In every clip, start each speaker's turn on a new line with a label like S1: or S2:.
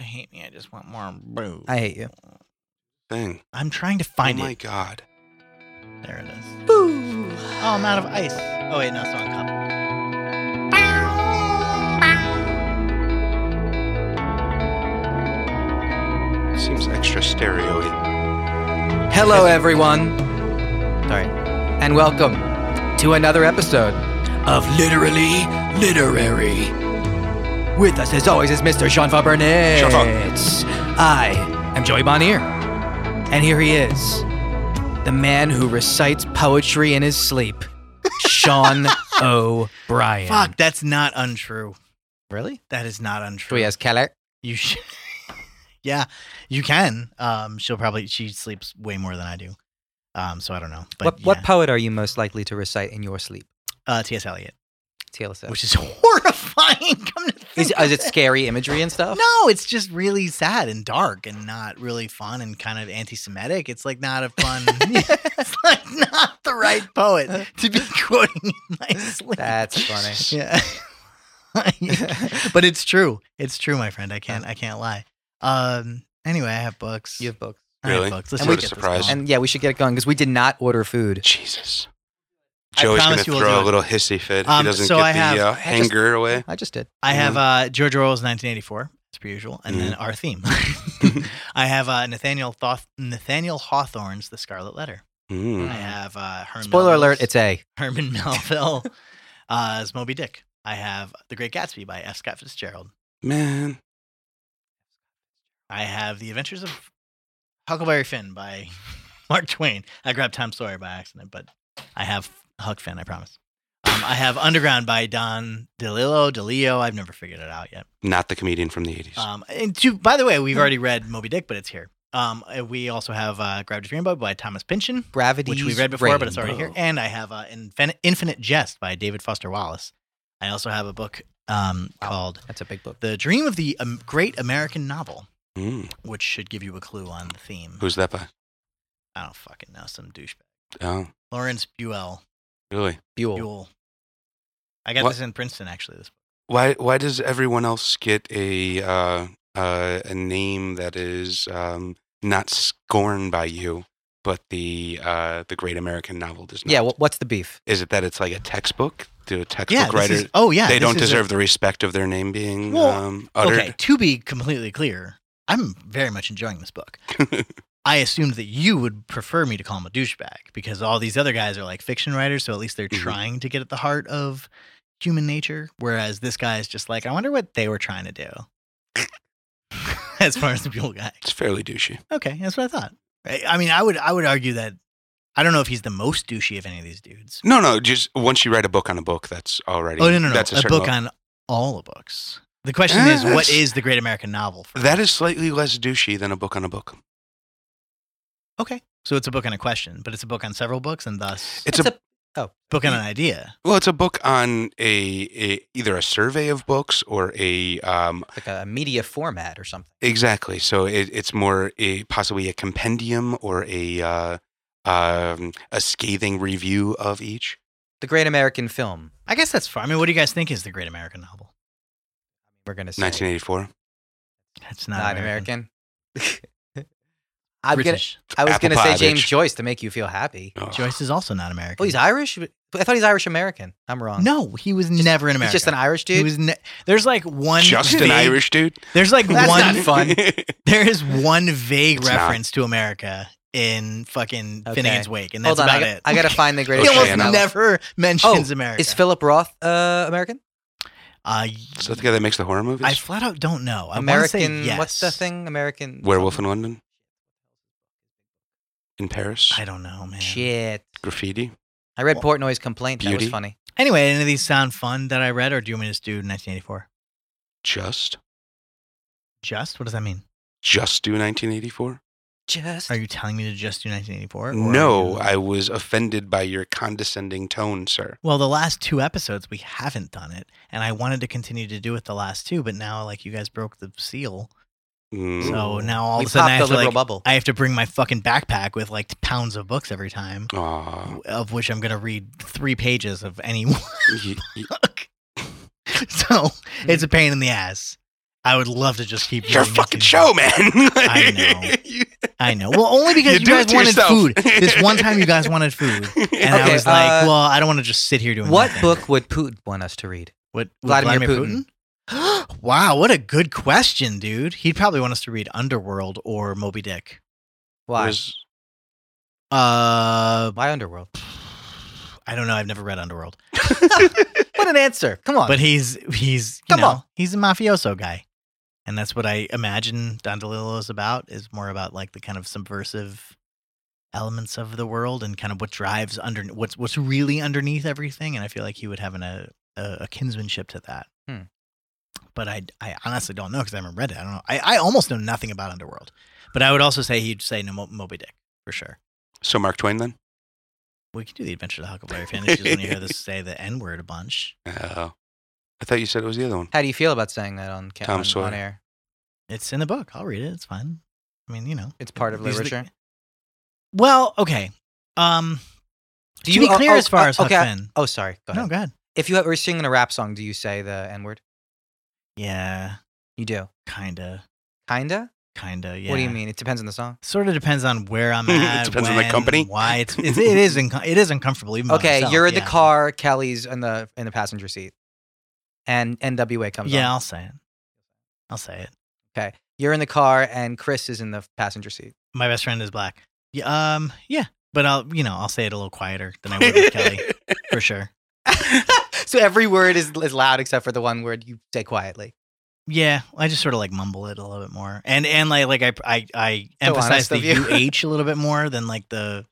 S1: hate me. I just want more boo.
S2: I hate you.
S3: Thing.
S1: I'm trying to find
S3: oh my
S1: it.
S3: god.
S1: There it is.
S4: Boo.
S1: Oh, I'm out of ice. Oh wait, no, it's not a cup.
S3: Seems extra stereo
S2: Hello, everyone,
S1: Sorry.
S2: and welcome to another episode of Literally Literary. With us, as always, is Mr. Sean Fabernet. I am Joey Bonnier, and here he is, the man who recites poetry in his sleep, Sean O'Brien.
S1: Fuck, that's not untrue.
S2: Really?
S1: That is not
S2: Should
S1: untrue.
S2: we ask Keller?
S1: You should. yeah, you can. Um, she'll probably she sleeps way more than I do. Um, so I don't know. But
S2: what, what
S1: yeah.
S2: poet are you most likely to recite in your sleep?
S1: Uh, T.S. Eliot,
S2: TLSF.
S1: which is horrifying. Come to think
S2: Is,
S1: of
S2: is it scary imagery and stuff?
S1: No, it's just really sad and dark and not really fun and kind of anti-Semitic. It's like not a fun. it's like not the right poet to be quoting in my sleep.
S2: Uh. That's funny.
S1: yeah. but it's true. It's true, my friend. I can't. I can't lie. Um. Anyway, I have books.
S2: Uh. You have books.
S1: I have
S3: Really?
S1: books. Let's
S3: What
S1: just get
S3: a
S1: this
S3: surprise.
S1: going.
S2: And yeah, we should get it going because we did not order food.
S3: Jesus.
S1: I
S3: Joey's gonna
S1: promise you we'll do
S3: throw a
S1: it.
S3: little hissy fit.
S1: Um,
S3: he doesn't
S1: so
S3: get
S1: I
S3: the
S1: have-
S3: uh,
S2: I just-
S3: hanger away.
S2: I just did.
S1: I have
S2: Mm-hmm.
S1: uh, George Orwell's 1984, as per usual, and then our theme. I have uh, Nathaniel Thoth- Nathaniel Hawthorne's The Scarlet Letter.
S3: Mm.
S1: I have uh, Herman
S2: Mm-hmm. Spoiler alert, it's A.
S1: Herman Melville uh, as Moby Dick. I have The Great Gatsby by F. Scott Fitzgerald.
S3: Man.
S1: I have The Adventures of Huckleberry Finn by Mark Twain. I grabbed Tom Sawyer by accident, but I have Huck Finn, I promise. Um, I have Underground by Don DeLillo, DeLeo. I've never figured it out yet.
S3: Not the comedian from the 80s.
S1: Um, and to, by the way, we've already read Moby Dick, but it's here. Um, uh, we also have uh, Gravity's Rainbow by Thomas Pynchon,
S2: Gravity.
S1: which we read before, but it's already here. And I have uh, Infin- Infinite Jest by David Foster Wallace. I also have a book um,
S2: Wow.
S1: called
S2: That's a big book.
S1: The Dream of the um, Great American Novel,
S3: Mm.
S1: which should give you a clue on the theme.
S3: Who's that by?
S1: I don't fucking know, some douchebag.
S3: Oh,
S1: Lawrence Buell.
S3: really?
S2: Buell.
S1: Buell. I got
S3: What?
S1: this in Princeton, actually. This
S3: Why why does everyone else get a uh, uh, a name that is um, not scorned by you, but the uh, the great American novel does not?
S2: Yeah, wh- what's the beef?
S3: is it that it's like a textbook? Do a textbook
S1: yeah, this
S3: writer
S1: is, oh, yeah.
S3: they
S1: this
S3: don't
S1: is a-
S3: deserve the respect of their name being
S1: Well,
S3: um, uttered?
S1: Okay, to be completely clear, I'm very much enjoying this book. I assumed that you would prefer me to call him a douchebag because all these other guys are like fiction writers, so at least they're
S3: Mhm.
S1: trying to get at the heart of human nature. Whereas this guy is just like, I wonder what they were trying to do. as far as the Buell guy,
S3: It's fairly douchey.
S1: okay, that's what I thought. I I mean, I would, I would argue that I don't know if he's the most douchey of any of these dudes.
S3: No, no. Just once you write a book on a book, that's already.
S1: Oh no, no, no,
S3: That's a,
S1: a
S3: certain
S1: book
S3: level.
S1: on all the books. The question
S3: Eh,
S1: is, what
S3: that's-
S1: is the Great American Novel? For
S3: That is slightly less douchey than a book on a book.
S1: Okay. So it's a book on a question, but it's a book on several books and thus
S3: It's
S2: That's
S3: a-
S1: book on an idea.
S3: Well, it's a book on a, a either a survey of books or a um,
S2: like a media format or something.
S3: exactly. So it, it's more a, possibly a compendium or a uh, um, a scathing review of each.
S2: The Great American Film.
S1: I guess that's fine. I mean, what do you guys think is the great American novel?
S2: We're gonna say
S3: 1984.
S1: It's
S2: not,
S1: not, American.
S2: American. I'm gonna,
S1: British.
S2: I was
S3: Apple
S2: gonna say
S3: pie,
S2: James
S3: bitch. Oh,
S2: Joyce to make you feel happy.
S3: Ugh.
S1: Joyce is also not American.
S2: Oh, he's Irish. I thought he's Irish American. I'm wrong.
S1: no, he was never in
S2: he's
S1: America.
S2: just an Irish
S1: He
S2: dude.
S1: was ne- there's like one
S3: just an
S1: vague-
S3: Irish dude.
S1: There's like
S2: That's
S1: one.
S2: not fun.
S1: There is one vague
S3: It's not.
S1: reference to America in fucking
S2: Okay.
S1: Finnegan's Wake, and that's
S2: Hold on, I,
S1: about
S2: got-
S1: it.
S2: I gotta find Oh, the
S1: he
S2: greatest.
S3: Okay,
S1: almost
S3: and I'll-
S1: never mentions America.
S2: Is Philip Roth uh, American?
S1: uh,
S3: Is that the guy that makes the horror movies?
S1: I flat out don't know. I wanna say
S2: American. What's the
S1: yes.
S2: thing? American.
S3: Werewolf in London? In Paris?
S1: I don't know, man.
S2: Shit.
S3: Graffiti?
S2: I read Portnoy's complaint. That
S3: Beauty?
S2: was funny.
S1: Anyway, any of these sound fun that I read, or do you want me to just do 1984?
S3: Just?
S1: Just? What does that mean?
S3: Just do 1984?
S2: Just.
S1: Are you telling me to just do 1984? or
S3: No,
S1: are you-
S3: I was offended by your condescending tone, sir.
S1: Well, the last two episodes, we haven't done it. And I wanted to continue to do it the last two, but now, like, you guys broke the seal.
S3: Mm.
S1: So
S2: Ooh.
S1: now all
S2: we
S1: of a sudden, I have,
S2: popped the
S1: to,
S2: liberal
S1: like,
S2: bubble.
S1: I have to bring my fucking backpack with, like, pounds of books every time,
S3: Aw.
S1: of which I'm going to read three pages of any one
S3: Y- y-
S1: book. so it's a pain in the ass. I would love to just keep
S3: Hmm. Your
S1: reading
S3: fucking
S1: and-
S3: show, man.
S1: I know. I know. Well, only because
S3: You
S1: you,
S3: do
S1: guys
S3: it to
S1: wanted
S3: yourself.
S1: food. This one time you guys wanted food. And I
S2: Okay,
S1: was like,
S2: uh,
S1: well, I don't want to just sit here doing
S2: What
S1: nothing.
S2: book would Putin want us to read?
S1: What with
S2: Vladimir
S1: Putin? wow, what a good question, dude. He'd probably want us to read Underworld or Moby Dick.
S2: Why?
S3: Was-
S1: Uh,
S2: Why Underworld?
S1: I don't know. I've never read Underworld,
S2: What an answer! Come on.
S1: but he's he's you
S2: Come
S1: know,
S2: on.
S1: he's a mafioso guy, and that's what I imagine Don DeLillo is about. Is more about like the kind of subversive elements of the world and kind of what drives under what's what's really underneath everything. And I feel like he would have an, a a a kinsmanship to that.
S2: Hmm.
S1: But I I honestly don't know because I haven't read it. I don't know. I, I almost know nothing about Underworld, but I would also say he'd say no Mo- Moby Dick for sure.
S3: so Mark Twain then?
S1: We can do the Adventures of Huckleberry Finn. She doesn't want to hear this say the N word a bunch.
S3: Oh. I thought you said it was the other one.
S2: How do you feel about saying that on ca-
S3: Tom
S2: on,
S3: Sawyer.
S2: on air?
S1: It's in the book. I'll read it. It's fine. I mean, you know.
S2: It's part of
S1: These are the-
S2: literature.
S1: Well, okay. Um,
S2: Do
S1: to be
S2: oh,
S1: clear,
S2: oh,
S1: as far
S2: oh,
S1: as
S2: okay.
S1: Huck Finn.
S2: Oh, sorry. Go ahead.
S1: No, go ahead.
S2: If you were singing a rap song, do you say the N word?
S1: Yeah,
S2: You do.
S1: kinda,
S2: Kinda.
S1: kinda. Yeah.
S2: What do you mean? It depends on the song.
S1: Sort of depends on where I'm
S3: It
S1: at.
S3: depends on the
S1: when,
S3: company.
S1: Why it's, it's it is inco- it is uncomfortable. Even by
S2: Okay,
S1: myself,
S2: you're in
S1: yeah.
S2: the car. Kelly's in the in the passenger seat, and NWA comes
S1: Yeah,
S2: on.
S1: I'll say it. I'll say it.
S2: You're in the car, and Chris is in the passenger seat.
S1: My best friend is black. Yeah. Um. Yeah. But I'll you know I'll say it a little quieter than I would with Kelly for sure.
S2: so every word is, is loud except for the one word you say quietly.
S1: Yeah, I just sort of like mumble it a little bit more, and and like like I I, I emphasize
S2: honest
S1: the
S2: of you.
S1: UH a little bit more than like the.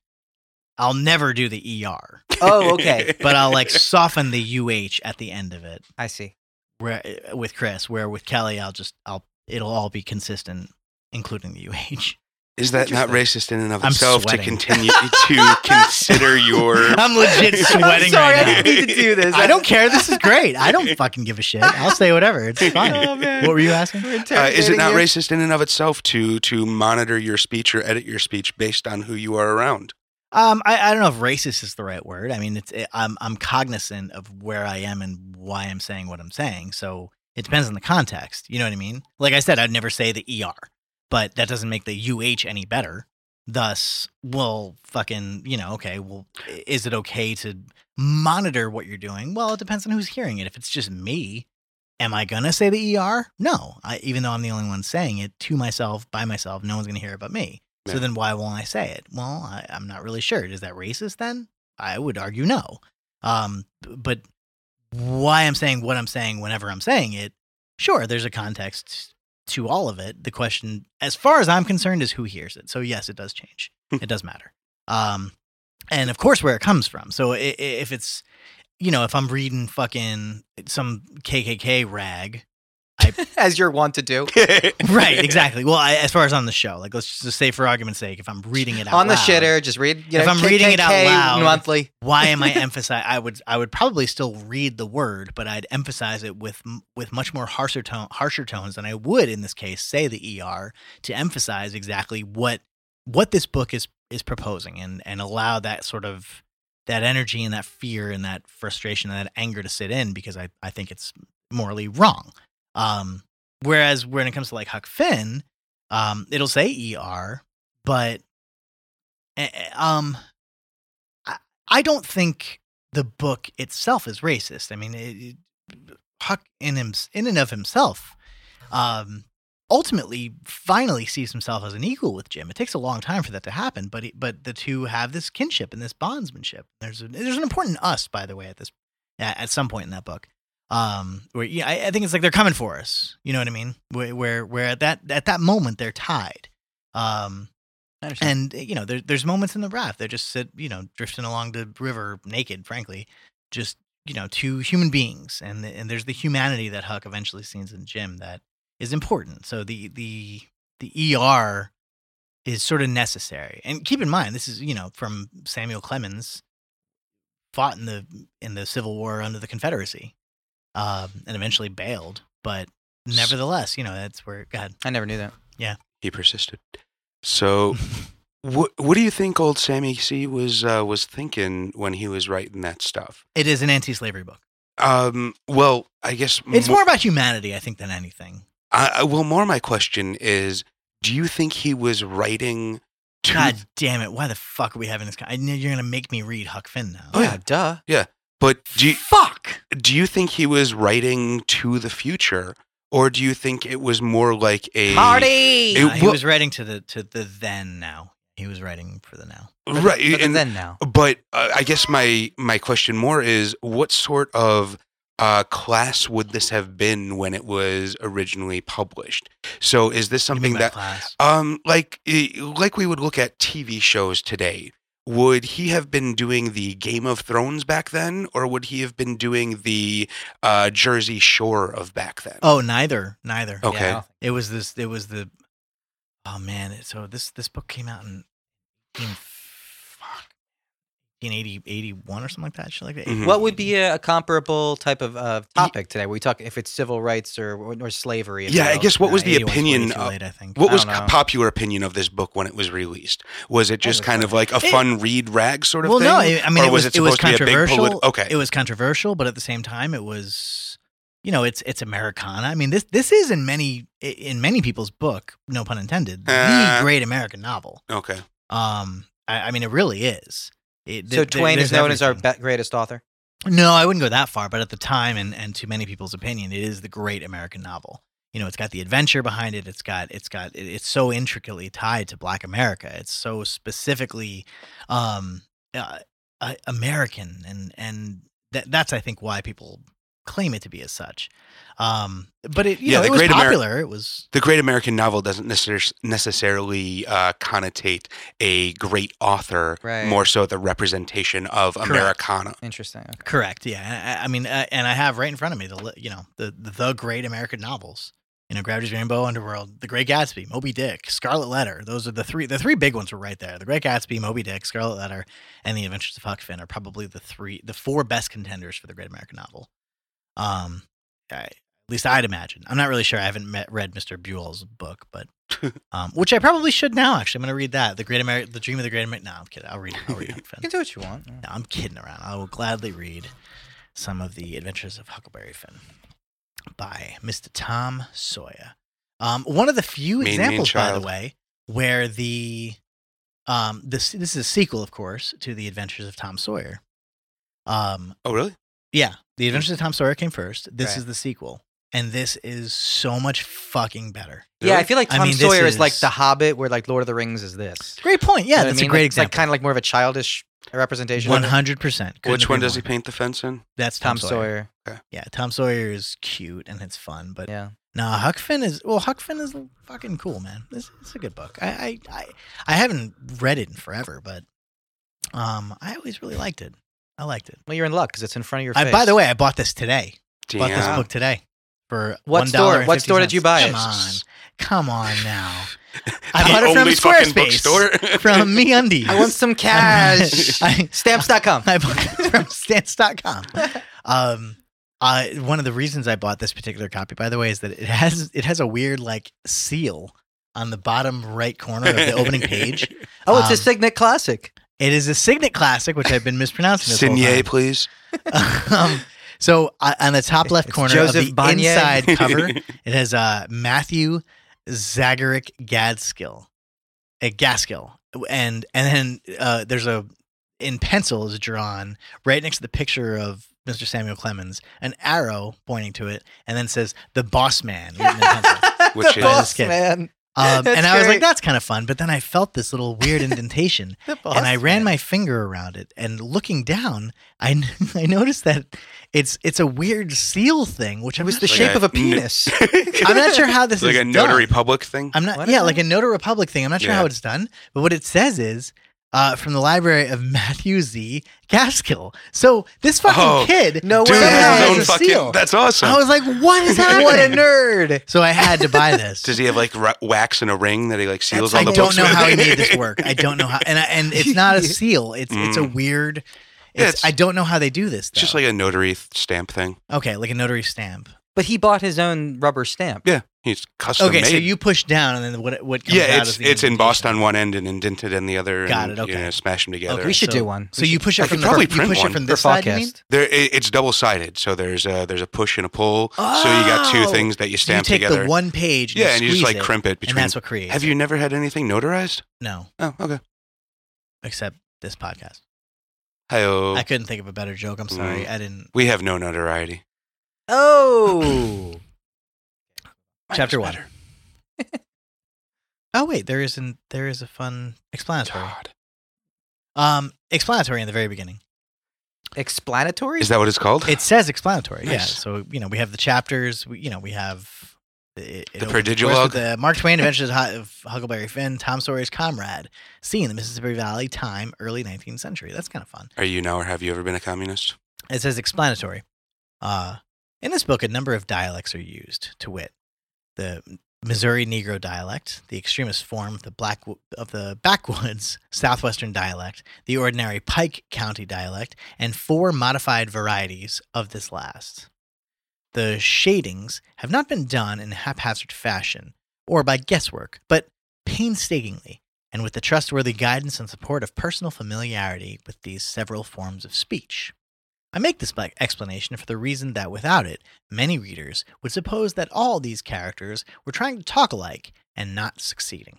S1: I'll never do the ER,
S2: Oh, okay.
S1: but uh, I'll like soften the UH at the end of it.
S2: I see.
S1: Where eh, with Chris, where with Kelly, I'll just I'll it'll all be consistent, including the UH.
S3: Is that not racist in and of
S1: I'm
S3: itself to
S1: sweating.
S3: continue to consider your
S1: I'm legit
S3: I'm
S1: sweating
S2: I'm sorry,
S1: right
S2: I
S1: now.
S2: didn't mean to do this.
S1: I don't care. This is great. I don't fucking give a shit. I'll say whatever. It's fine.
S2: Oh, man.
S1: What were you asking?
S2: We're
S3: uh, is it
S2: interrogating
S3: not
S2: you.
S3: racist in and of itself to to monitor your speech or edit your speech based on who you are around?
S1: Um, I, I don't know if racist is the right word. I mean, it's it, I'm I'm cognizant of where I am and why I'm saying what I'm saying. So it depends on the context. You know what I mean? Like I said, I'd never say the er, but that doesn't make the uh any better. Thus, well, fucking, you know, okay. Well, i- is it okay to monitor what you're doing? Well, it depends on who's hearing it. If it's just me, am I gonna say the er? No, I, even though I'm the only one saying it to myself by myself, no one's gonna hear it but me. So
S3: Yeah.
S1: then why won't I say it? Well, I, I'm not really sure. Is that racist then? I would argue no. Um, b- but why I'm saying what I'm saying whenever I'm saying it, sure, there's a context to all of it. The question, as far as I'm concerned, is who hears it. So yes, it does change.
S2: Hmm.
S1: it does matter. Um, and of course, where it comes from. So i- i- if it's, you know, if I'm reading fucking some KKK rag,
S2: As you're wont to do.
S1: right? Exactly. Well, I, as far as on the show, like let's just say for argument's sake, if I'm reading it out
S2: On the
S1: loud-
S2: shitter, just read. You know,
S1: If I'm reading it out
S2: KKK
S1: loud-
S2: monthly.
S1: why am I emphasizing? I would I would probably still read the word, but I'd emphasize it with m- with much more harsher tone harsher tones than I would in this case say the er to emphasize exactly what what this book is is proposing and and allow that sort of that energy and that fear and that frustration and that anger to sit in because I I think it's morally wrong. Um, whereas when it comes to like Huck Finn, um, it'll say er, but eh, eh, um. I don't think the book itself is racist. I mean, it, it, Huck in him, in and of himself, um, ultimately, finally sees himself as an equal with Jim. It takes a long time for that to happen, but he, but the two have this kinship and this bondsmanship. There's a, there's an important us, by the way, at this at at some point in that book. Um, where yeah, I, I think it's like they're coming for us. You know what I mean? Where where, where at that at that moment they're tied. Um,
S2: I
S1: and
S2: understand.
S1: uh, you know, there, there's moments in the raft they're just sit, you know, drifting along the river naked. Frankly, just you know, two human beings, and the, and there's the humanity that Huck eventually sees in Jim that is important. So the the the ER is sort of necessary. And keep in mind, this is you know from Samuel Clemens, fought in the in the Civil War under the Confederacy, um, and eventually bailed, but. Nevertheless, you know that's where God.
S2: I never knew that.
S3: He persisted. So, what what do you think old Sammy C was uh, was thinking when he was writing that stuff?
S1: It is an anti-slavery book.
S3: Um, well, I guess
S1: It's
S3: mo-
S1: more about humanity, I think, than anything.
S3: I, I- well, more my question is do you think he was writing to.
S1: God damn it! Why the fuck are we having this? Con- I know you're gonna make me read Huck Finn now.
S3: Oh, yeah.
S2: duh.
S3: But do you,
S1: Fuck.
S3: do you think he was writing to the future? Or do you think it was more like a.
S2: Marty!
S3: It
S1: Nah, he
S3: wa-
S1: was writing to the to the then now. He was writing for the now.
S3: Right.
S2: But
S3: and-
S2: then now.
S3: But uh, I guess my my question more is what sort of uh, class would this have been when it was originally published? So is this
S1: What do you mean by
S3: something that
S1: class.
S3: um like eh, like we would look at TV shows today? Would he have been doing the Game of Thrones back then, or would he have been doing the uh, Jersey Shore of back then?
S1: Oh, neither, neither.
S3: Okay.
S2: Yeah.
S1: It was this. It was the. Oh man! it- So this this book came out in, in fuck, in 80, 81 or something like that. Shit like that.
S3: Mhm.
S2: What would be a, a comparable type of uh, topic today? We talk if it's civil rights or or slavery. if
S3: Yeah,
S2: you
S3: I
S2: will.
S3: guess what was
S1: Uh,
S3: the
S1: 81's way
S3: opinion
S1: too
S3: of-
S1: late, I think.
S3: What
S2: I
S3: was
S2: don't know.
S3: popular opinion of this book when it was released? Was it just
S2: was
S3: kind of like a
S1: It-
S3: fun read rag sort of
S1: well,
S3: thing?
S1: no, I, I mean
S3: Or
S1: it
S3: was
S1: was,
S3: it
S1: it was
S3: supposed to be a big polit-
S1: controversial.
S3: Okay.
S1: it was controversial, but at the same time, it was you know it's it's Americana. I mean this this is in many in many people's book, no pun intended,
S3: Uh.
S1: the great American novel.
S3: okay.
S1: Um, I, I mean it really is. It,
S2: So
S1: th- th-
S2: Twain is
S1: there's
S2: known as our
S1: everything.
S2: be- greatest author.
S1: No, I wouldn't go that far, but at the time and, and to many people's opinion, it is the great American novel. You know, it's got the adventure behind it. It's got it's got it, it's so intricately tied to Black America. It's so specifically um, uh, uh, American, and and that that's I think why people claim it to be as such. Um, but it you
S3: Yeah,
S1: know
S3: the
S1: it was
S3: great Ameri-
S1: popular. it was
S3: The great American novel doesn't necessar- necessarily uh, connotate a great author,
S2: Right.
S3: more so the representation of
S1: Correct.
S3: Americana.
S2: Interesting. Okay.
S1: correct. Yeah, And I, I mean, uh, and I have right in front of me the li- you know the the great American novels. You know, Gravity's Rainbow, Underworld, The Great Gatsby, Moby Dick, Scarlet Letter. Those are the three. The three big ones were right there. The Great Gatsby, Moby Dick, Scarlet Letter, and The Adventures of Huck Finn are probably the three, the four best contenders for the Great American Novel. Um, I, at least I'd imagine. I'm not really sure. I haven't met, read Mr. Buell's book, but um, which I probably should now. Actually, I'm going to read that. The Great American, The Dream of the Great American. No, I'm kidding. I'll read. I'll read Huck Finn.
S2: You can do what you want.
S1: No, I'm kidding around. I will gladly read some of the Adventures of Huckleberry Finn by Mr. Tom Sawyer. Um, one of the few
S3: Mean, mean
S1: examples, by the
S3: child.
S1: way, where the um, this this is a sequel, of course, to the Adventures of Tom Sawyer. Um,
S3: Oh, really?
S1: yeah,
S3: Hmm.
S1: the Adventures of Tom Sawyer came first. This
S2: Right.
S1: is the sequel, and this is so much fucking better.
S2: Yeah, I feel like
S1: I
S2: Tom
S1: mean, this
S2: Sawyer is, like
S1: is-
S2: The Hobbit, where like Lord of the Rings is this.
S1: Great point.
S2: You
S1: Yeah,
S2: know what
S1: that's
S2: I
S1: a
S2: mean?
S1: great
S2: like, it's, like
S1: example.
S2: kind of like more of a childish representation.
S1: One
S2: of
S1: hundred percent.
S3: Which one does he paint the fence in?
S1: That's Tom,
S2: Tom Sawyer.
S1: Yeah, Tom Sawyer is cute and it's fun, but
S2: Yeah.
S1: Nah, Huck Finn is well. Huck Finn is fucking cool, man. This it's a good book. I, I I I haven't read it in forever, but um, I always really liked it. I liked it.
S2: Well, you're in luck because it's in front of your face.
S1: I, by the way, I bought this today.
S3: Damn.
S1: Bought this book today for
S2: What store? What
S1: $1.50.
S2: store did you buy it?
S1: Come on, come on now.
S3: The
S1: I bought it from
S3: only fucking
S1: Squarespace
S3: bookstore.
S1: from Me Undies.
S2: I want some cash.
S1: I,
S2: Stamps.com.
S1: I bought it from stamps.com. Um, uh, one of the reasons I bought this particular copy, by the way, is that it has it has a weird like seal on the bottom right corner of the opening page.
S2: Oh, it's a
S1: Um,
S2: Signet classic.
S1: It is a Signet classic, which I've been mispronouncing. This uh, whole
S3: Signier, please.
S1: time. um, so uh, on the top left
S2: It's
S1: corner
S2: Joseph
S1: of the
S2: Bonnier.
S1: inside cover, it has uh, Matthew Zagaric Gadskill, uh, Gaskill, and and then uh, there's a in pencil is drawn right next to the picture of Mr. Samuel Clemens, an arrow pointing to it, and then says the Boss Man. written in pencil.
S3: Which
S2: the
S3: is-
S2: boss
S1: Kid.
S2: man.
S1: Um,
S2: That's
S1: and I was
S2: great.
S1: like, that's kind of fun. But then I felt this little weird indentation,
S2: The boss
S1: and I ran
S2: man.
S1: my finger around it. And looking down, I n- I noticed that it's it's a weird seal thing, which
S2: It
S1: I'm
S2: was
S1: not
S2: the
S1: sure-
S3: Like
S2: shape
S3: a
S2: of a
S3: n-
S2: penis.
S1: I'm not sure how this
S3: like
S1: is
S3: a notary
S1: done.
S3: public thing.
S1: I'm not.
S2: What is
S1: yeah,
S2: that?
S1: like a notary republic thing. I'm not sure
S3: Yeah.
S1: how it's done, but what it says is uh, from the library of Matthew Z. Gaskill. So this fucking
S3: Oh,
S1: kid,
S2: No
S3: Dude,
S2: way.
S1: somehow
S3: has
S2: Somehow
S3: his
S1: has
S3: own
S1: a
S3: fucking.
S1: seal.
S3: That's awesome.
S1: I was like, what is happening?
S2: what a nerd.
S1: So I had to buy this.
S3: Does he have like ra- wax in a ring that he like seals
S1: I
S3: all the
S1: don't
S3: books
S1: know
S3: with?
S1: how he made this work. I don't know how, and I, and it's not a seal. It's it's a
S3: Mm.
S1: weird. It's,
S3: Yeah, it's-
S1: I don't know how they do this.
S3: It's just
S1: though.
S3: like a notary th- stamp thing.
S1: okay, like a notary stamp.
S2: But he bought his own rubber stamp.
S3: Yeah, he's custom
S1: Okay, so
S3: made.
S1: you push down, and then what? What comes out
S3: yeah, it's
S1: is the
S3: it's embossed
S1: indentation.
S3: on one end and indented on the other.
S1: Got it,
S3: and, You
S1: okay.
S3: know, smash them together.
S1: Okay.
S2: We should
S1: So-
S2: do one.
S1: So you push it
S3: I
S1: from
S3: could
S1: the
S3: probably
S1: you
S3: print
S1: push
S3: one
S1: it from
S2: for
S1: this side. You mean?
S2: podcast.
S3: There, it, it's double sided, so there's a there's a push and a pull. So you got two
S1: Oh!
S3: things that you
S1: So you
S3: stamp
S1: take
S3: together.
S1: the one page, and
S3: yeah, and you just
S1: squeeze
S3: like
S1: it,
S3: crimp it between.
S1: and that's what creates.
S3: Have you never had anything notarized?
S1: No,
S3: Oh, okay.
S1: except this podcast.
S3: Hi-oh.
S1: I couldn't think of a better joke. I'm sorry,
S3: Mm.
S1: I didn't.
S3: We have no notoriety.
S2: Oh.
S3: Mine
S1: Chapter
S3: was
S1: one.
S3: better.
S1: Oh wait, there isn't. There is a fun explanatory.
S3: God.
S1: Um, explanatory in the very beginning.
S2: Explanatory?
S3: Is that what it's called?
S1: It says explanatory. Yeah.
S3: Nice.
S1: So you know we have the chapters. We, you know we have it, it
S3: The
S1: opens, of
S3: prodigilogue.
S1: course, with The Mark Twain Adventures of Hu- of Huckleberry Finn, Tom Sawyer's comrade, seeing the Mississippi Valley, time early 19th century. That's kind of fun.
S3: Are you now or have you ever been a communist?
S1: It says explanatory. Uh, in this book, a number of dialects are used, to wit, the Missouri Negro dialect, the extremist form of the black of the backwoods southwestern dialect, the ordinary Pike County dialect, and four modified varieties of this last. The shadings have not been done in haphazard fashion or by guesswork, but painstakingly and with the trustworthy guidance and support of personal familiarity with these several forms of speech. I make this black explanation for the reason that without it, many readers would suppose that all these characters were trying to talk alike and not succeeding.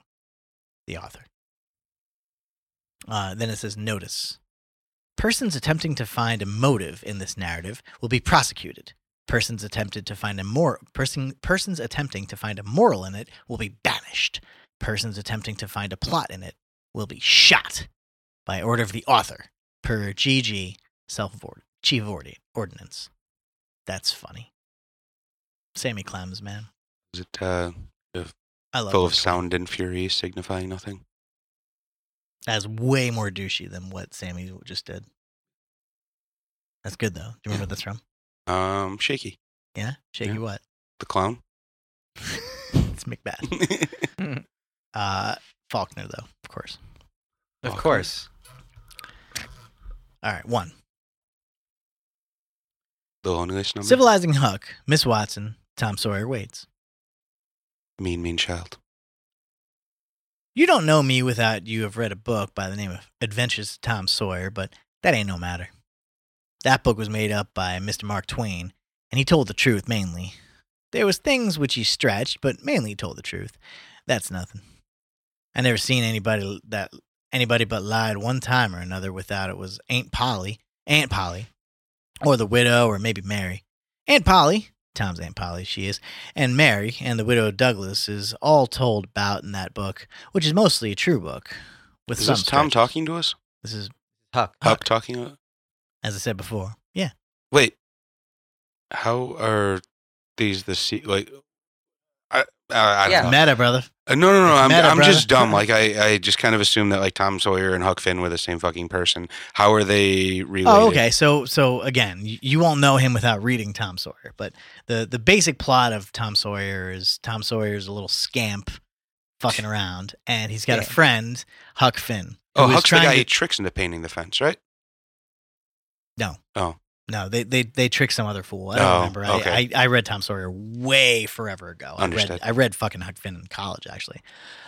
S1: The author. Uh, then it says notice. Persons attempting to find a motive in this narrative will be prosecuted. Persons attempted to find a mor- person, persons attempting to find a moral in it will be banished. Persons attempting to find a plot in it will be shot by order of the author per GG self chief of ordi- ordnance. That's funny. Sammy Clems, man.
S3: Is it uh,
S1: I love
S3: full
S1: him.
S3: of sound and fury, signifying nothing?
S1: That's way more douchey than what Sammy just did. That's good though. Do you remember what that's from?
S3: Um, shaky.
S1: Yeah, shaky
S3: Yeah.
S1: what?
S3: The clown.
S1: it's Macbeth. Uh, Faulkner though, of course.
S2: Of course.
S1: All right, one.
S3: the loneliest number.
S1: Civilizing Huck, Miss Watson, Tom Sawyer waits.
S3: mean, mean child.
S1: You don't know me without you have read a book by the name of Adventures of Tom Sawyer, but that ain't no matter. That book was made up by Mr. Mark Twain, and he told the truth mainly. There was things which he stretched, but mainly he told the truth. That's nothing. I never seen anybody that anybody but lied one time or another without it was Aunt Polly, Aunt Polly, or the widow, or maybe Mary. Aunt Polly, Tom's Aunt Polly, she is, and Mary and the widow Douglas is all told about in that book, which is mostly a true book. With
S3: Is
S1: some
S3: this Tom
S1: stretches.
S3: talking to us?
S1: This is
S2: Huck.
S3: Huck talking?
S1: as I said before. Yeah.
S3: Wait, how are these the se- like? I, I, I don't
S2: Yeah.
S3: know.
S1: Meta, brother.
S3: Uh, No, no, no. I'm,
S1: Meta,
S3: I'm just
S1: brother.
S3: dumb. Like I, I just kind of assume that like Tom Sawyer and Huck Finn were the same fucking person. How are they related?
S1: Oh, okay. So, so again, you, you won't know him without reading Tom Sawyer. But the the basic plot of Tom Sawyer is Tom Sawyer is a little scamp, fucking around, and he's got a
S2: Yeah.
S1: friend, Huck Finn. who
S3: Oh,
S1: is
S3: Huck's the
S1: trying
S3: guy
S1: to-
S3: he tricks into painting the fence, right?
S1: No, they they they trick some other fool. I don't
S3: Oh,
S1: remember.
S3: okay.
S1: I, I I read Tom Sawyer way forever ago.
S3: Understood.
S1: I read I read fucking Huck Finn in college actually.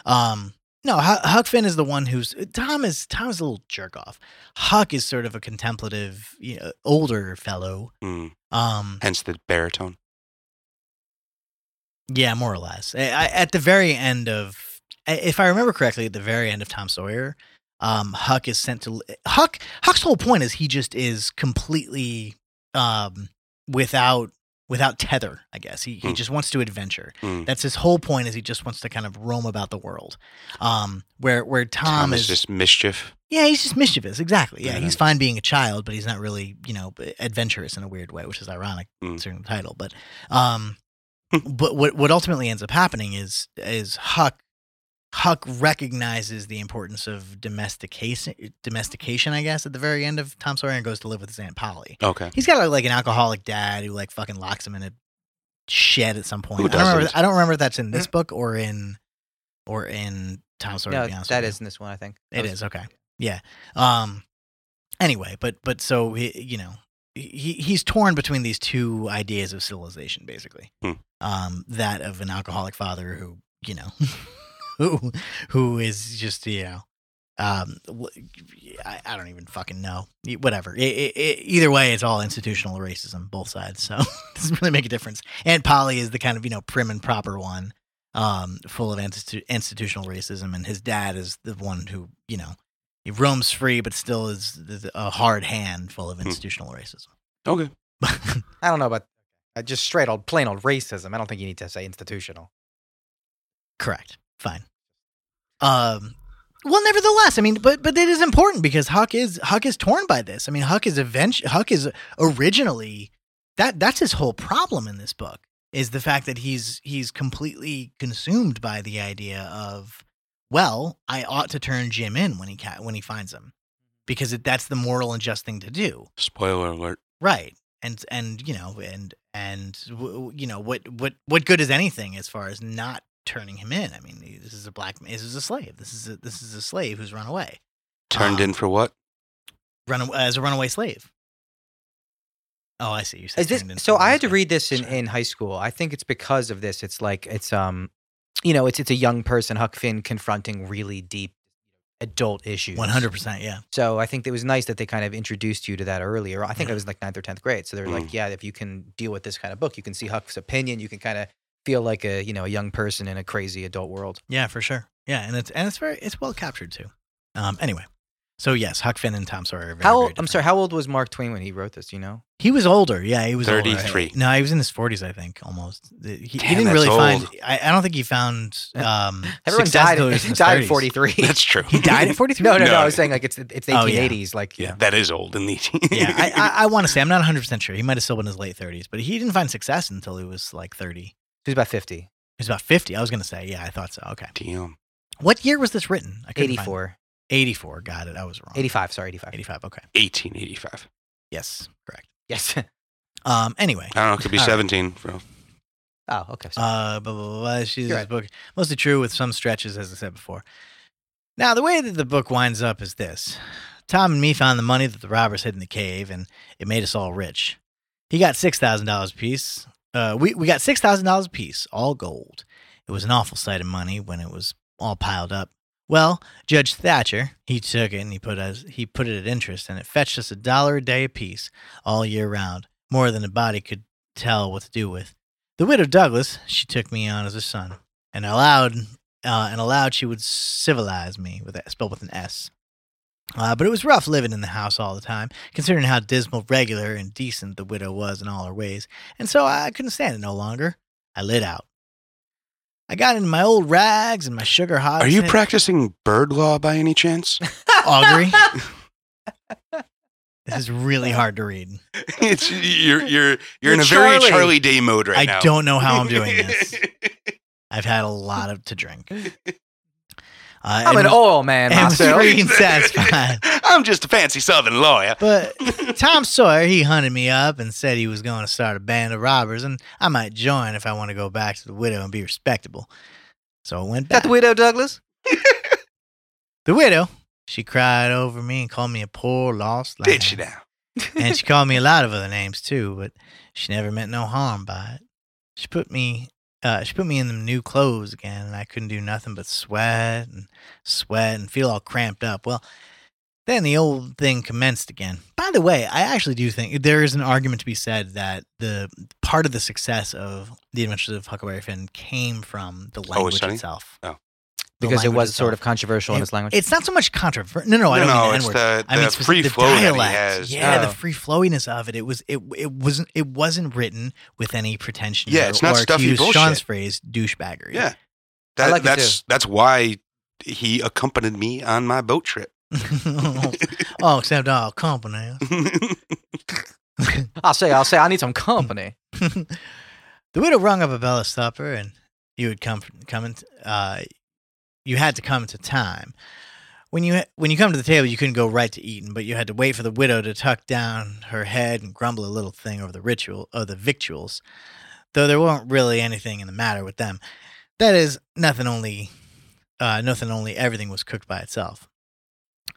S1: Um, no, Huck, Huck Finn is the one who's Tom is Tom's a little jerk off. Huck is sort of a contemplative, you know, older fellow.
S3: Mm.
S1: Um,
S3: Hence the baritone.
S1: yeah, more or less. I, I, at the very end of, I- if I remember correctly, at the very end of Tom Sawyer, um, Huck is sent to Huck. Huck's whole point is he just is completely um, without without tether. I guess he he
S3: Hmm.
S1: just wants to adventure.
S3: Mm.
S1: That's his whole point. Is he just wants to kind of roam about the world. Um, where where Tom,
S3: Tom
S1: is,
S3: is just mischief.
S1: yeah, he's just mischievous. Exactly. Yeah,
S3: Yeah.
S1: he's fine being a child, but he's not really, you know, b- adventurous in a weird way, which is ironic
S3: Mm.
S1: considering the title. But, um, but what what ultimately ends up happening is is Huck Huck recognizes the importance of domestication domestication, I guess, at the very end of Tom Sawyer and goes to live with his aunt Polly.
S3: Okay.
S1: He's got like an alcoholic dad who like fucking locks him in a shed at some point.
S3: Who
S1: I don't remember.
S3: doesn't? Mm.
S1: I don't remember if that's in this book or in or in Tom Sawyer.
S2: No,
S1: to be honest
S2: that
S1: with you.
S2: is in this one, I think.
S1: It is okay. Yeah. Um. Anyway, but but so he, you know, he he's torn between these two ideas of civilization, basically.
S3: Hmm.
S1: Um, that of an alcoholic father who you know, who who is just you know, um, wh- I, I don't even fucking know. E- Whatever. I i i either way, it's all institutional racism, both sides. So it doesn't really make a difference. And Polly is the kind of you know prim and proper one, um, full of institu- institutional racism, and his dad is the one who you know he roams free, but still is is a hard hand full of institutional racism.
S3: Okay.
S4: I don't know about uh, just straight old plain old racism. I don't think you need to say institutional.
S1: Correct. Fine. Um. Well, nevertheless, I mean, but but it is important because Huck is Huck is torn by this. I mean, Huck is eventually Huck is originally that that's his whole problem in this book is the fact that he's he's completely consumed by the idea of well, I ought to turn Jim in when he ca- when he finds him because it, that's the moral and just thing to do.
S3: Spoiler alert.
S1: right and and you know and and w- w- you know what what what good is anything as far as not turning him in i mean he- this is a black this is a slave this is a this is a slave who's run away
S3: Turned
S1: Ah.
S3: in for what?
S1: run as a runaway slave oh i see you said
S4: Is this,
S1: turned into
S4: so
S1: a
S4: I had to
S1: slave.
S4: read this in,
S1: Sorry.
S4: in high school. I think it's because of this. It's like it's um, you know, it's it's a young person, Huck Finn, confronting really deep adult issues.
S1: 100% yeah
S4: So I think it was nice that they kind of introduced you to that earlier. I think I was like ninth or tenth grade. So they were like, yeah, if you can deal with this kind of book, you can see Huck's opinion. You can kind of feel like a you know a young person in a crazy adult world.
S1: yeah for sure yeah and it's and it's very it's well captured too um anyway so yes huck finn and tom sawyer are very,
S4: How
S1: very
S4: old, I'm
S1: different.
S4: sorry, how old was Mark Twain when he wrote this? Do you know?
S1: He was older. Yeah, he was older.
S3: 33.
S1: No, he was in his 40s, I think, almost. The- He, he
S3: Damn,
S1: didn't
S3: that's
S1: really find.
S3: old.
S1: I, I don't think he found. Um,
S4: Everyone
S1: success
S4: died,
S1: till he was in his
S4: died at
S1: 30s.
S4: 43.
S3: That's true.
S1: He died at 43.
S4: no, no, no,
S3: No.
S4: I was saying like it's it's
S1: Oh, yeah.
S4: 1880s. Like
S3: Yeah, that is old in the.
S1: yeah, I, I, I want to say I'm not 100 percent sure. He might have still been in his late 30s, but he didn't find success until he was like 30. He
S4: he was about 50,
S1: was about 50. I was gonna say, yeah, I thought so. Okay,
S3: Damn.
S1: what year was this written? I couldn't find-
S4: 84,
S1: 84. Got it. I was wrong.
S4: 85. Sorry, 85.
S1: 85. Okay.
S3: 1885.
S1: Yes, correct.
S4: Yes.
S1: Um. Anyway.
S3: I don't know. It could be
S1: All right.
S3: 17. Bro.
S4: oh, okay. sorry.
S1: Uh, blah, blah, blah, blah. She's
S4: You're
S1: this book mostly true with some stretches, as I said before. Now, the way that the book winds up is this: Tom and me found the money that the robbers hid in the cave, and it made us all rich. He got six thousand dollars apiece. Uh, we we got six thousand dollars apiece, all gold. It was an awful sight of money when it was all piled up. Well, Judge Thatcher, he took it and he put us he put it at interest, and it fetched us a dollar a day apiece all year round, more than a body could tell what to do with. The widow Douglas, she took me on as a son, and allowed, uh, and allowed she would civilize me with a, spelled with an S. Uh, but it was rough living in the house all the time, considering how dismal, regular, and decent the widow was in all her ways, and so I couldn't stand it no longer. I lit out. I got into my old rags and my sugar hot.
S3: Are you
S1: scent-
S3: practicing bird law by any chance?
S1: Augury? this is really hard to read.
S3: it's you're you're you're in a
S4: It's
S3: very
S4: Charlie.
S3: Charlie Day mode right
S1: I
S3: now.
S1: don't know how I'm doing this. I've had a lot of to drink. Uh,
S4: I'm
S1: and-
S4: an oil man
S1: and
S4: myself.
S1: free and satisfied.
S3: I'm just a fancy Southern lawyer.
S1: But Tom Sawyer, he hunted me up and said he was going to start a band of robbers, and I might join if I want to go back to the widow and be respectable. So I went
S4: Is that
S1: back.
S4: the widow Douglas?
S1: the widow, she cried over me and called me a poor lost lamb.
S3: Did she now?
S1: and she called me a lot of other names too, but she never meant no harm by it. She put me, uh, she put me in them new clothes again, and I couldn't do nothing but sweat and sweat and feel all cramped up. Well, then the old thing commenced again. By the way, I actually do think there is an argument to be said that the part of the success of the Adventures of Huckleberry Finn came from the language
S3: Sunny?
S1: itself.
S3: Oh.
S1: The
S4: Because it
S1: language
S4: was sort of
S1: itself.
S4: controversial in his language.
S1: It's not so much controversial. No, no, I don't
S3: no,
S1: mean the
S3: it's
S1: N-word.
S3: the, the
S1: I mean, spec-
S3: free
S1: the
S3: flow
S1: dialect.
S3: that he has.
S1: Yeah,
S4: Oh.
S1: the free flowiness of it. It was it it wasn't it wasn't written with any pretension.
S3: Yeah,
S1: or-
S3: it's not
S1: or to
S3: stuffy
S1: use
S3: bullshit.
S1: Sean's phrase, douchebaggery.
S3: Yeah. That,
S4: like it
S3: that's that's why he accompanied me on my boat trip.
S1: oh, except all company.
S4: I'll say, I'll say, I need some company.
S1: the widow rung up a bell at supper, and you would come come in, uh, you had to come to time. When you when you come to the table, you couldn't go right to eating, but you had to wait for the widow to tuck down her head and grumble a little thing over the ritual or the victuals, though there weren't really anything in the matter with them. That is nothing only, uh, nothing only. Everything was cooked by itself.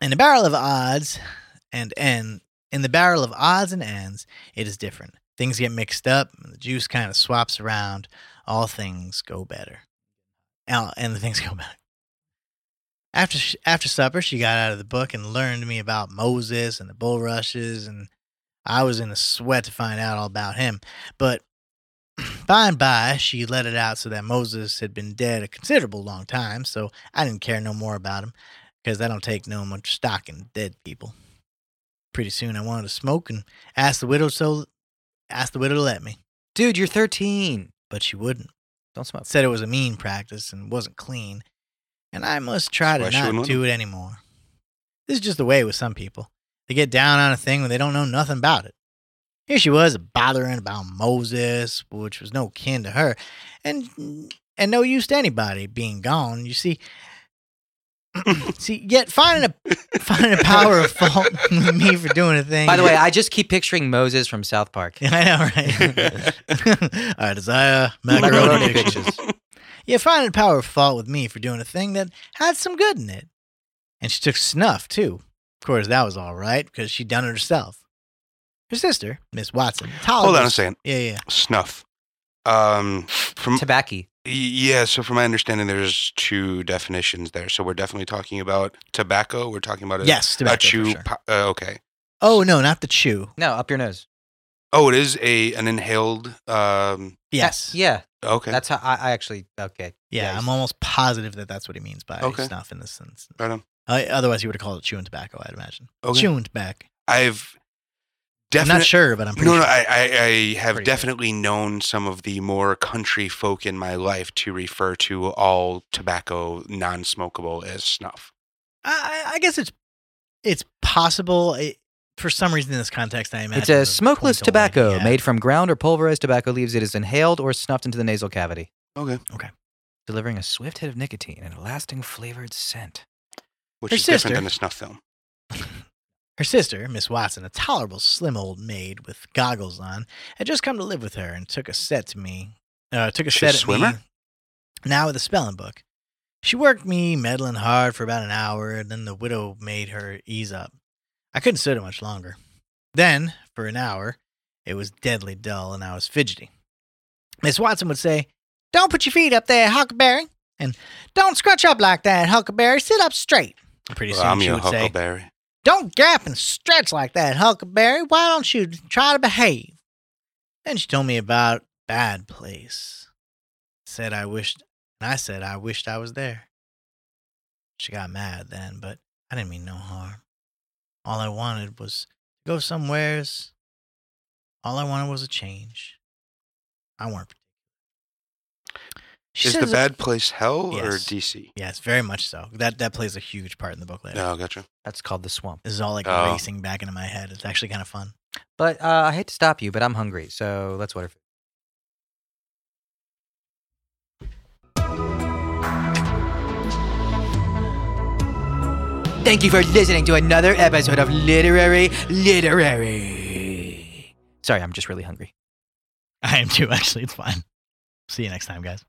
S1: In a barrel of odds and end In the barrel of odds and ends, it is different. Things get mixed up, and the juice kind of swaps around. All things go better. Al- And the things go better. After, sh- after supper, she got out of the book and learned to me about Moses and the bulrushes, and I was in a sweat to find out all about him. But by and by, she let it out so that Moses had been dead a considerable long time, so I didn't care no more about him because I don't take no much stock in dead people. Pretty soon, I wanted to smoke and asked the widow so asked the widow to let me,
S4: Dude, you're 13.
S1: but she wouldn't.
S4: Don't smoke.
S1: Said it was a mean practice and wasn't clean, and I must try to
S3: Why she wouldn't
S1: not
S3: let
S1: do it anymore. This is just the way with some people. They get down on a thing when they don't know nothing about it. Here she was bothering about Moses, which was no kin to her, and and no use to anybody being gone. You see, see, yet finding a finding a power of fault in me for doing a thing.
S4: By the way, I just keep picturing Moses from South Park.
S1: Yeah, I know, right? All right, desire macaroni
S4: Macaroni
S1: pictures. You find it power of fault with me for doing a thing that had some good in it. And she took snuff too. Of course, that was all right because she done it herself. Her sister, Miss Watson.
S3: Hold on a
S1: tolerates-
S3: second.
S1: Yeah, yeah.
S3: Snuff. Um, from
S4: Tobacco.
S3: Y- Yeah, so from my understanding, there's two definitions there. So we're definitely talking about tobacco. We're talking about a,
S1: Yes, tobacco.
S3: a chew.
S1: for sure.
S3: po- uh, okay.
S1: Oh no, not the chew.
S4: No, up your nose.
S3: Oh, it is a an inhaled. Um,
S1: Yes.
S4: Yeah,
S3: okay.
S4: that's how I, I actually. Okay.
S1: Yeah,
S4: you-
S1: I'm almost positive that that's what he means by
S3: Okay.
S1: snuff in this sense.
S3: Right on.
S1: Uh, otherwise, he would have called it chewing tobacco, I'd imagine.
S3: okay.
S1: Chewing tobacco.
S3: I've
S1: I'm not
S3: definitely.
S1: sure, but I'm pretty
S3: No, no,
S1: sure.
S3: I, I, I have
S4: Pretty good.
S3: definitely known some of the more country folk in my life to refer to all tobacco non smokable as snuff.
S1: I, I- I guess it's it's possible. It, for some reason, in this context, I imagine
S4: It's a
S1: the
S4: smokeless
S1: point
S4: tobacco
S1: away. Yeah.
S4: made from ground or pulverized tobacco leaves. It is inhaled or snuffed into the nasal cavity,
S3: Okay.
S4: delivering a swift hit of nicotine and a lasting flavored scent.
S3: Which
S1: Her
S3: is
S1: sister-
S3: different than a snuff film.
S1: Her sister, Miss Watson, a tolerable slim old maid with goggles on, had just come to live with her and took a set to me. Uh, took a
S3: She's
S1: set
S3: a
S1: at me.
S3: swimmer?
S1: Now with a spelling book. She worked me meddling hard for about an hour, and then the widow made her ease up. I couldn't sit it much longer. Then, for an hour, it was deadly dull, and I was fidgety. Miss Watson would say, "Don't put your feet up there, Huckleberry," and "Don't scrunch up like that, Huckleberry. Sit up straight." Pretty
S3: Well,
S1: soon
S3: I'm
S1: she
S3: your
S1: would say,
S3: huckleberry.
S1: don't gap and stretch like that, Huckleberry. Why don't you try to behave? Then she told me about bad place. Said I wished, and I said I wished I was there. She got mad then, but I didn't mean no harm. All I wanted was to go somewheres. All I wanted was a change. I weren't. She
S3: Is the
S1: says-
S3: bad place hell or
S1: Yes.
S3: DC?
S1: Yes, very much so. That that plays a huge part in the book later.
S3: No, Oh, gotcha.
S4: That's called the swamp.
S1: This is all like
S3: Oh.
S1: racing back into my head. It's actually kind of fun.
S4: But uh, I hate to stop you, but I'm hungry, so let's order food.
S2: Thank you for listening to another episode of Literary Literary.
S4: Sorry, I'm just really hungry.
S1: I am too, actually. It's fine. See you next time, guys.